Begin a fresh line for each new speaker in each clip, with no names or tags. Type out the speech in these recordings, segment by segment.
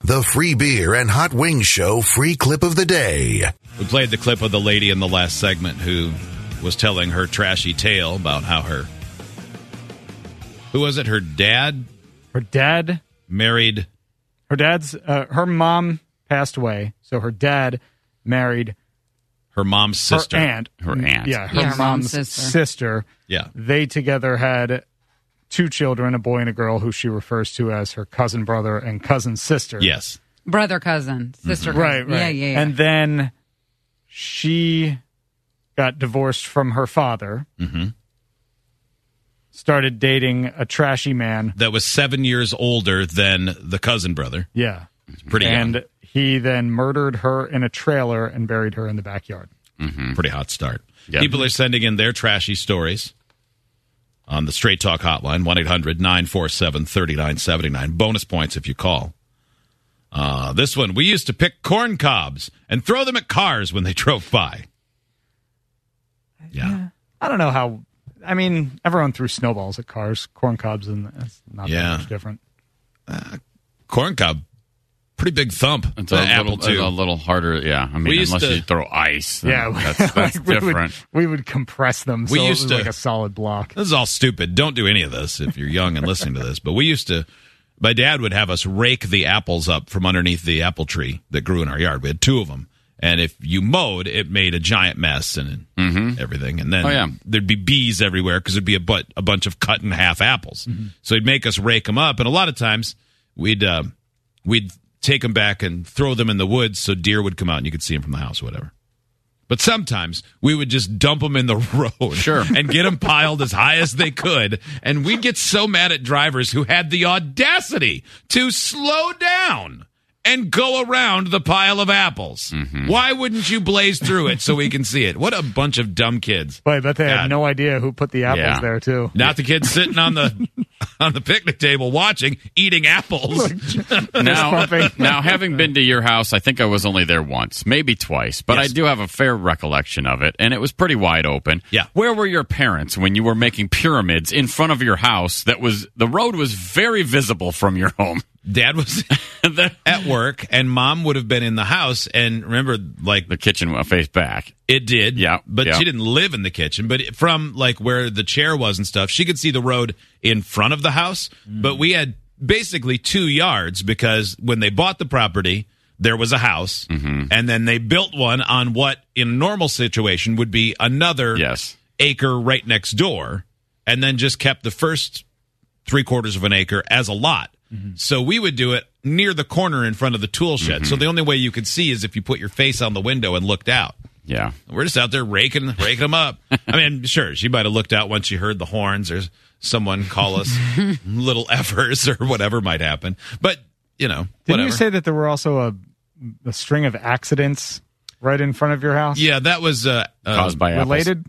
The free beer and hot wings show free clip of the day.
We played the clip of the lady in the last segment who was telling her trashy tale about how her who was it? Her dad
her dad
married
her dad's uh, her mom passed away so her dad married
her mom's sister.
her aunt Mm,
Her aunt.
yeah her
Yeah, her mom's
mom's
sister.
sister
Yeah.
they together had two children a boy and a girl who she refers to as her cousin brother and cousin sister
Yes.
brother cousin sister
right
cousin.
right
yeah yeah, yeah.
and then she got divorced from her father mm-hmm. started dating a trashy man
That was seven years older than the cousin brother.
yeah
It's pretty young.
and he then murdered her in a trailer and buried her in the backyard
pretty hot start.
Yeah.
People are sending in their trashy stories on the Straight Talk Hotline, 1 800 947 3979. Bonus points if you call. Uh, this one, we used to pick corn cobs and throw them at cars when they drove by. Yeah.
I don't know how. I mean, everyone threw snowballs at cars, corn cobs, and it's not
Yeah.
that much different.
Corn cob, pretty big thump.
It's
The
a
apple,
little,
too.
a little harder. Yeah, I mean,
used
unless
to-
you throw ice. then
Yeah,
that's, that's
like,
different.
We would, we would compress them. So
We
it
used
was
to-
like a solid block.
This is all stupid. Don't do any of this if you're young and listening to this. But we used to, my dad would have us rake the apples up from underneath the apple tree that grew in our yard. We had two of them. And if you mowed, it made a giant mess and everything. And then
Oh, yeah.
there'd be bees everywhere because it'd be a, but, a bunch of cut in half apples.
Mm-hmm.
So he'd make us rake them up. And a lot of times we'd, uh, we'd take them back and throw them in the woods so deer would come out and you could see them from the house, whatever. But sometimes we would just dump them in the road
Sure.
and get them piled as high as they could. And we'd get so mad at drivers who had the audacity to slow down and go around the pile of apples. Why wouldn't you blaze through it so we can see it? What a bunch of dumb kids.
But I bet they
God.
had no idea who put the apples
Yeah.
there too.
Not the kids sitting on the on the picnic table watching, eating apples.
Now,
pumping.
now, having been to your house, I think I was only there once, maybe twice, but I do have a fair recollection of it, and it was pretty wide open.
Yeah.
Where were your parents when you were making pyramids in front of your house? That was the road was very visible from your home.
Dad was
the,
at work and mom would have been in the house and remember like
the kitchen went face back.
It did.
Yeah,
But
yeah.
she didn't live in the kitchen. But it- from like where the chair was and stuff, she could see the road in front of the house.
Mm.
But we had basically two yards because when they bought the property, there was a house.
Mm-hmm.
And then they built one on what in a normal situation would be another
Yes.
acre right next door. And then just kept the first three quarters of an acre as a lot.
Mm-hmm.
So we would do it near the corner in front of the tool shed.
Mm-hmm.
So the only way you could see is if you put your face on the window and looked out.
Yeah.
We're just out there raking, raking them up. I mean, sure, she might have looked out once she heard the horns or someone call us little effers or whatever might happen. But you know,
Didn't
whatever.
you say that there were also a, a string of accidents right in front of your house?
yeah, that was uh, uh,
Caused by apples.
Um, Related?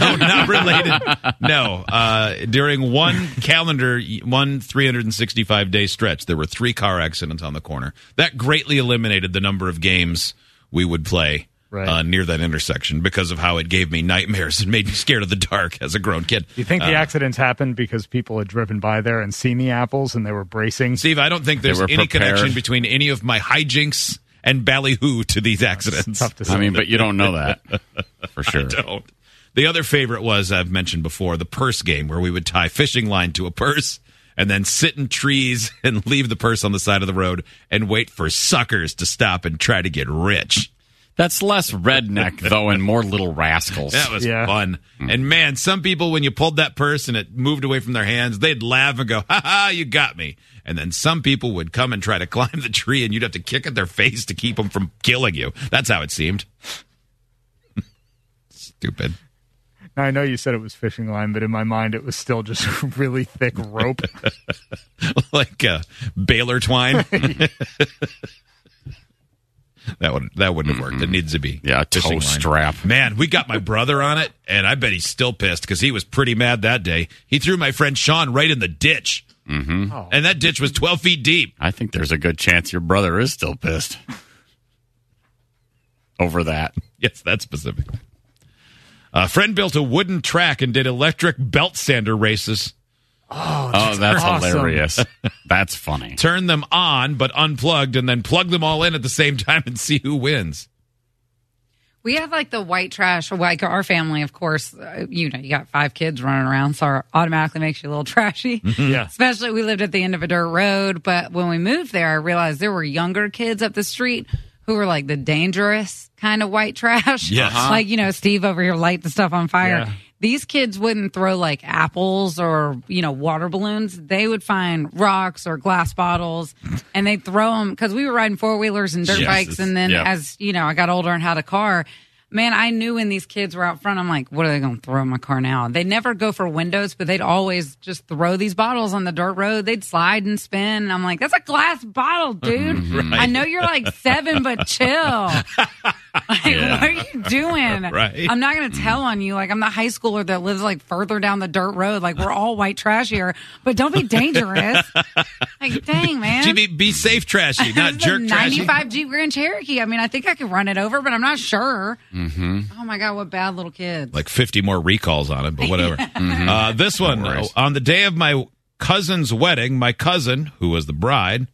no, not related. No, uh, during one calendar, one 365 day stretch, there were three car accidents on the corner. That greatly eliminated the number of games we would play.
Right.
Uh, near that intersection because of how it gave me nightmares and made me scared of the dark as a grown kid.
Do you think the accidents happened because people had driven by there and seen the apples and they were bracing?
Steve, I don't think there's
were
any
prepared.
connection between any of my hijinks and ballyhoo to these accidents.
Tough to say.
I mean, but you don't know that for sure.
Don't. The other favorite was I've mentioned before the purse game, where we would tie fishing line to a purse and then sit in trees and leave the purse on the side of the road and wait for suckers to stop and try to get rich.
That's less redneck though, and more little rascals.
That was
Yeah.
fun. And man, some people, when you pulled that purse and it moved away from their hands, they'd laugh and go, ha ha, you got me. And then some people would come and try to climb the tree and you'd have to kick at their face to keep them from killing you. That's how it seemed. Stupid.
now, I know you said it was fishing line, but in my mind, it was still just really thick rope.
like uh, Baylor twine. that would that wouldn't have worked. It needs to be
Yeah, a
fishing
toe
line.
strap.
Man, we got my brother on it, and I bet he's still pissed because he was pretty mad that day. He threw my friend Sean right in the ditch, mm-hmm.
Oh.
and that ditch was twelve feet deep.
I think there's a good chance your brother is still pissed over that.
Yes, that's specific. A friend built a wooden track and did electric belt sander races.
Oh, that's
awesome.
hilarious. That's funny.
Turn them on, but unplugged, and then plug them all in at the same time and see who wins.
We have like the white trash, like our family, of course. uh, You know, you got five kids running around, so it automatically makes you a little trashy.
Yeah.
Especially we lived at the end of a dirt road, but when we moved there, I realized there were younger kids up the street who were like the dangerous kind of white trash.
Yes. Uh-huh.
like you know, Steve over here light the stuff on fire.
Yeah.
These kids wouldn't throw like apples or, you know, water balloons. They would find rocks or glass bottles and they'd throw them because we were riding four wheelers and dirt
Jesus.
bikes. And then
Yeah.
as as, you know, I got older and had a car. Man, I knew when these kids were out front, I'm like, what are they going to throw in my car now? They never go for windows, but they'd always just throw these bottles on the dirt road. They'd slide and spin. And I'm like, that's a glass bottle, dude. I know you're like seven, but chill. like, what are you doing?
Right.
I'm not going to tell on you. Like, I'm the high schooler that lives like further down the dirt road. Like, we're all white trash here, but don't be dangerous. like, dang, man.
Jimmy, be safe, trashy, not
This is a
jerk, trashy.
95 Jeep Grand Cherokee. I mean, I think I could run it over, but I'm not sure. Mm-hmm. Oh my God, what bad little kids.
like 50 more recalls on it, but whatever. uh, this one
worries.
uh, on the day of my cousin's wedding, my cousin, who was the bride,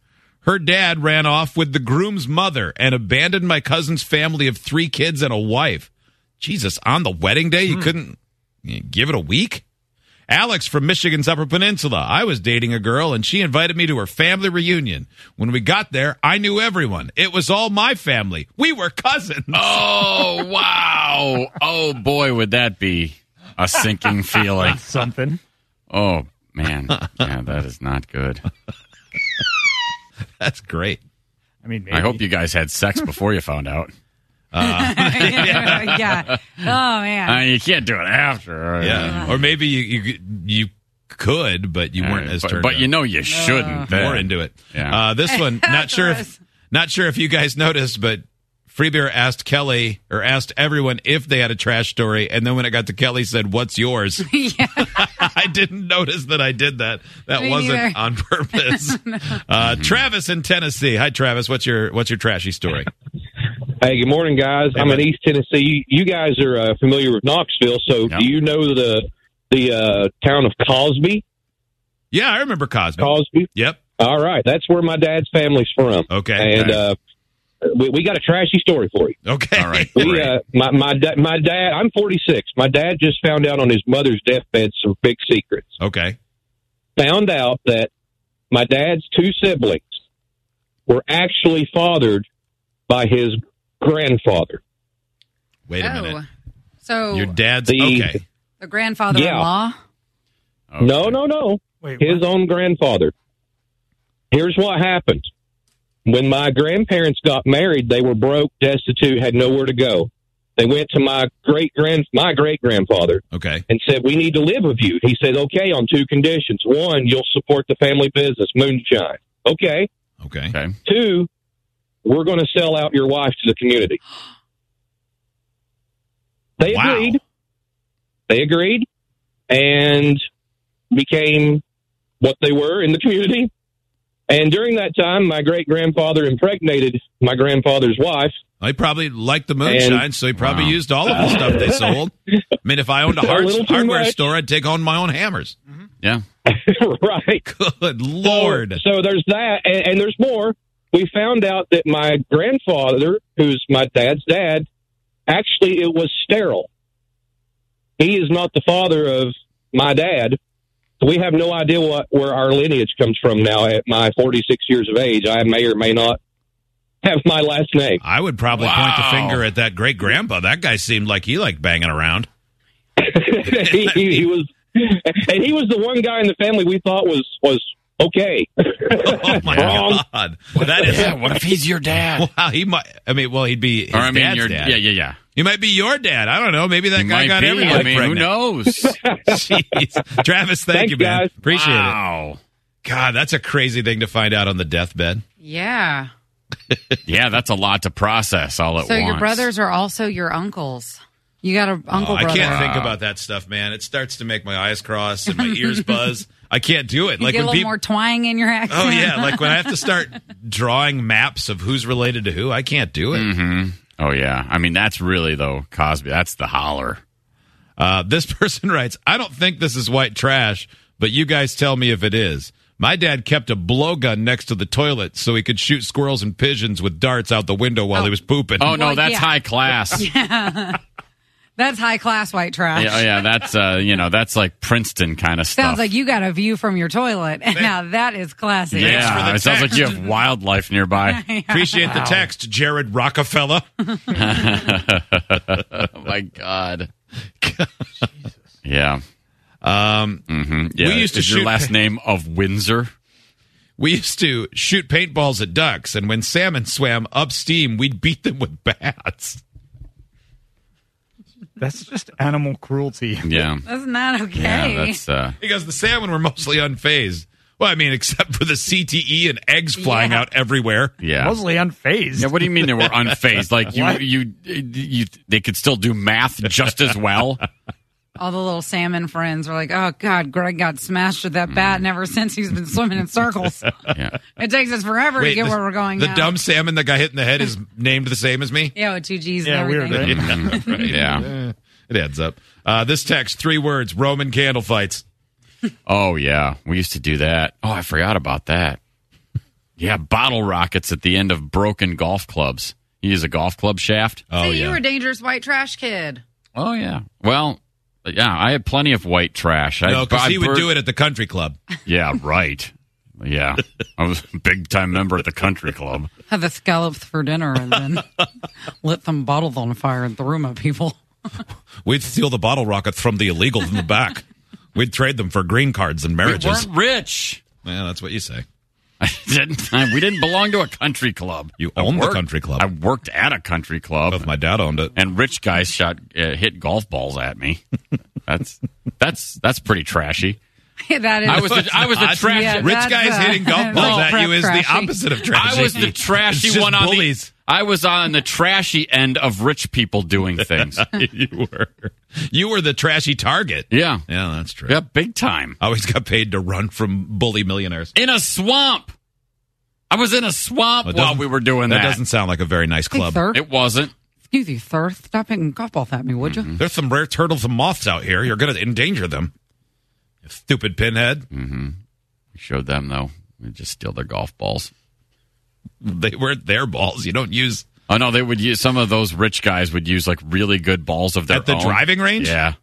her dad ran off with the groom's mother and abandoned my cousin's family of three kids and a wife. Jesus, on the wedding day, you couldn't you give it a week? Alex from Michigan's Upper Peninsula. I was dating a girl and she invited me to her family reunion. When we got there, I knew everyone. It was all my family. We were cousins.
Oh, wow. Oh, boy, would that be a sinking feeling.
Something.
Oh, man. Yeah, that is not good.
That's great.
I mean, maybe.
I hope you guys had sex before you found out.
yeah. Oh man.
Uh, you can't do it after.
Yeah. Or maybe you you you could, but you
All
weren't
right,
as
but,
turned
but you
on.
know you shouldn't. then.
more into it.
Yeah.
Uh, this one, not sure if not sure if you guys noticed, but Free Beer asked Kelly or asked everyone if they had a trash story, and then when it got to Kelly, said, "What's yours?" I didn't notice that I did that. That
Me
wasn't
neither.
on purpose. uh, Travis in Tennessee. Hi, Travis. What's your what's your trashy story?
Hey, good morning, guys. I'm
man.
in East Tennessee. You guys are uh, familiar with Knoxville, so
Yeah.
do you know the the uh, town of Cosby?
yeah, I remember Cosby.
Cosby.
Yep.
All right, that's where my dad's family's from.
Okay.
and uh, we, we got a trashy story for you.
Okay.
All right.
We,
Great.
uh, my my da- my dad. I'm 46. My dad just found out on his mother's deathbed some big secrets.
Okay.
Found out that my dad's two siblings were actually fathered by his grandfather.
Wait a minute.
oh. So
Your dad's
The-
okay.
the grandfather-in-law.
Okay.
No, no, no.
Wait,
his
what?
own grandfather. Here's what happened. When my grandparents got married, they were broke, destitute, had nowhere to go. They went to my great grand my great grandfather
Okay.
and said, "We need to live with you." He said, "Okay, on two conditions. One, you'll support the family business, moonshine. Okay.
Okay.
Okay.
Two, we're going to sell out your wife to the community." They
Wow.
agreed. They agreed and became what they were in the community. And during that time, my great grandfather impregnated my grandfather's wife.
He probably liked the moonshine,
And-
so he probably
Wow.
used all of the stuff they sold. I mean, if I owned a,
A
hard,
little too
hardware
much.
store, I'd take on my own hammers.
Yeah.
right.
Good lord!
So, so there's that, and, and there's more. We found out that my grandfather, who's my dad's dad, actually it was sterile. He is not the father of my dad. We have no idea what where our lineage comes from now. At my 46 years of age, I may or may not have my last name.
I would probably point the
Wow.
finger at that great grandpa. That guy seemed like he liked banging around.
he, he, he was, and he was the one guy in the family we thought was was okay.
Oh my
Wrong.
god! that is
Yeah, what if he's your dad?
wow. He might. I mean, well, he'd be his
or I mean,
dad's
your
dad.
yeah, yeah, yeah.
He might be your dad. I don't know. Maybe that
He
guy
might
got
be.
everyone
I mean, who
pregnant.
knows?
Jeez. Travis, thank
Thanks,
you, man.
guys.
Appreciate
wow.
it. God, that's a crazy thing to find out on the deathbed.
Yeah.
Yeah, that's a lot to process all at
So
once.
your brothers are also your uncles. You got an uncle
Oh, I
brother.
can't think about that stuff, man. It starts to make my eyes cross and my ears buzz. I can't do it.
You
like
get a
when
little
people.
more twang in your accent.
oh yeah, like when I have to start drawing maps of who's related to who, I can't do it.
Mm-hmm.
Oh yeah. I mean, that's really though Cosby. That's the holler.
Uh, this person writes, "I don't think this is white trash, but you guys tell me if it is. My dad kept a blowgun next to the toilet so he could shoot squirrels and pigeons with darts out the window while he was pooping.
Oh no,
Well,
that's
yeah.
high class. yeah,
That's high class white trash.
oh, yeah, that's uh, you know, that's like Princeton kind of stuff.
Sounds like you got a view from your toilet. now that is classy.
for
yeah,
the
it sounds like
text.
you have wildlife nearby.
Appreciate the text, Jared Rockefeller.
oh my god. Yeah.
Um,
hmm yeah.
We used to
Is your
shoot-
last name of Windsor.
we used to shoot paintballs at ducks, and when salmon swam up steam, we'd beat them with bats.
That's just animal cruelty.
Yeah.
Isn't that okay?
Yeah, that's uh
Because the salmon were mostly unfazed. Well, I mean, except for the CTE and eggs flying
Yeah.
out everywhere.
yeah.
Mostly unfazed.
Yeah, what do you mean they were unfazed? Like you,
What?
you, you, they could still do math just as well.
All the little salmon friends were like, "Oh God, Greg got smashed with that bat, and ever since he's been swimming in circles.
Yeah,
it takes us forever to get
the,
where we're going."
The
now.
dumb salmon that got hit in the head is named the same as me.
yeah, with two G's.
Yeah,
and everything.
weird, right?
Yeah, right.
Mm-hmm. yeah.
Eh, It adds up. Uh, this text, three words: Roman candle fights.
Oh yeah, we used to do that. Oh, I forgot about that. Yeah, bottle rockets at the end of broken golf clubs. You use a golf club shaft.
See,
Oh
you
yeah.
were a dangerous white trash kid.
Oh yeah. Well, yeah, I had plenty of white trash. I,
No, because
I
he would
bur-
do it at the country club.
Yeah, right. Yeah, I was a big time member at the country club.
Had the scallops for dinner, and then lit some bottles on fire and threw them at people.
We'd steal the bottle rockets from the illegals in the back. We'd trade them for green cards and
We
marriages.
weren't rich.
Yeah, that's what you say.
I didn't, we didn't belong to a country club.
You
I
owned the
worked-
country club.
I worked at a country club,
Both my dad owned it.
and rich guys shot uh, hit golf balls at me. That's that's that's pretty trashy.
that is.
I was the, I was the
Odd.
trashy.
Yeah,
Rich
that's
guys
a-
hitting golf
that's
balls
a
at you is the
crap trashy.
opposite of trashy.
I was the trashy
It's just
one on
bullies.
the. I was on the trashy end of rich people doing things.
you were. You were the trashy target.
yeah,
Yeah, that's true.
yeah, big time.
I always got paid to run from bully millionaires.
In a swamp. I was in a swamp
That
while
doesn't-
we were doing
That
that.
doesn't sound like a very nice
Hey,
club.
sir.
It wasn't.
Excuse you, sir. Stop hitting golf balls at me, would you?
There's some rare turtles and moths out here. You're going to endanger them. You Stupid pinhead.
We showed them though. We just steal their golf balls.
They weren't their balls. You don't use
Oh no, they would use some of those rich guys would use like really good balls of their
at the
own.
driving range.
Yeah,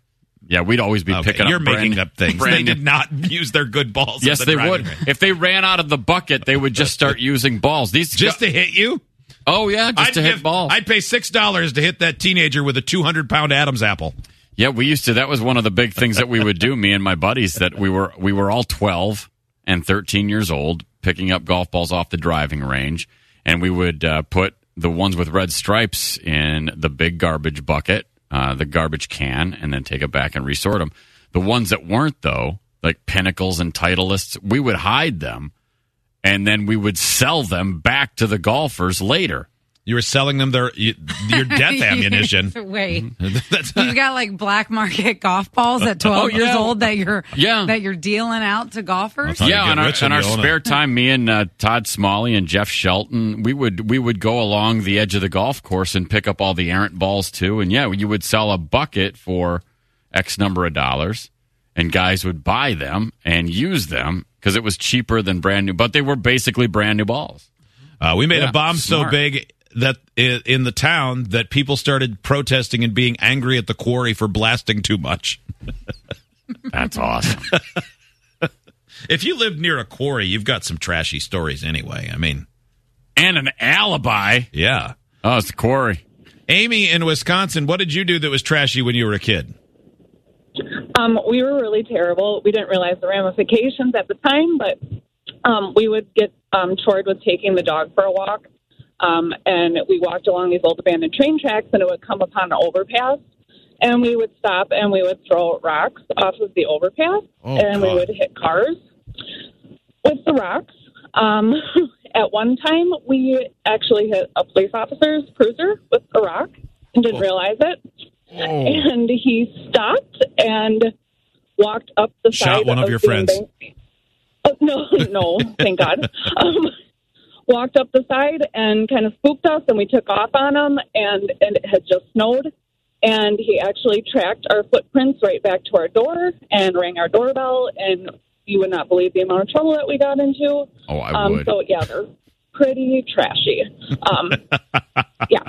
yeah, we'd always be
Okay,
picking up.
you're
brand-
making up things.
brand
They
new-
did not use their good balls. at
Yes,
the
they
driving
would.
range.
If they ran out of the bucket, they would just start using balls. These
Just to hit you.
oh yeah, just to hit
give-
balls.
I'd pay six dollars to hit that teenager with a two hundred pound Adam's apple.
Yeah, we used to. That was one of the big things that we would do. Me and my buddies that we were we were all twelve and thirteen years old, picking up golf balls off the driving range, and we would uh, put the ones with red stripes in the big garbage bucket, uh, the garbage can, and then take it back and resort them. The ones that weren't though, like pinnacles and titleists, we would hide them, and then we would sell them back to the golfers later.
You were selling them their you, your death ammunition. Mm-hmm.
Wait.
That's
You've got like black market golf balls at 12
Oh, yeah.
years old that you're
Yeah.
that you're dealing out to golfers.
Well, How you
yeah,
get
on our,
rich
on
and
our
you own it.
spare time, me and uh, Todd Smalley and Jeff Shelton, we would we would go along the edge of the golf course and pick up all the errant balls too. And yeah, you would sell a bucket for X number of dollars, and guys would buy them and use them because it was cheaper than brand new. But they were basically brand new balls.
Uh, we made
Yeah,
a bomb so
smart.
big that i- in the town that people started protesting and being angry at the quarry for blasting too much.
That's awesome.
If you live near a quarry, you've got some trashy stories anyway. I mean,
and an alibi.
yeah.
Oh, it's the quarry.
Amy in Wisconsin, what did you do that was trashy when you were a kid?
Um, we were really terrible. We didn't realize the ramifications at the time, but um, we would get um, toured with taking the dog for a walk. Um, and we walked along these old abandoned train tracks, and it would come upon an overpass. And we would stop and we would throw rocks off of the overpass, and we would hit cars with the rocks. Um, at one time, we actually hit a police officer's cruiser with a rock and
Oh.
didn't realize it and he stopped and walked up the
Shot
side
one of your
the
friends.
embankment. Oh, no, no, thank God. Um, walked up the side and kind of spooked us, and we took off on him, and and it had just snowed, and he actually tracked our footprints right back to our door and rang our doorbell, and you would not believe the amount of trouble that we got into.
Oh, I
um,
would.
So yeah, they're pretty trashy. Um, yeah,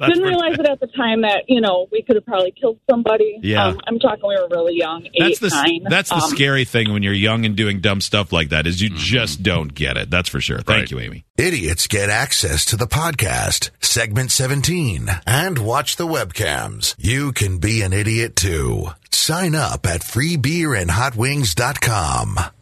didn't realize it at the time that you know we could have probably killed somebody.
Yeah.
um, I'm talking. We were really young, eight,
That's the
nine.
that's the
um,
scary thing when you're young and doing dumb stuff like that is you just don't get it. That's for sure. Thank
Mm-hmm. Right.
you, Amy.
Idiots get access to the podcast, segment 17, and watch the webcams. You can be an idiot too. Sign up at freebeerandhotwings.com.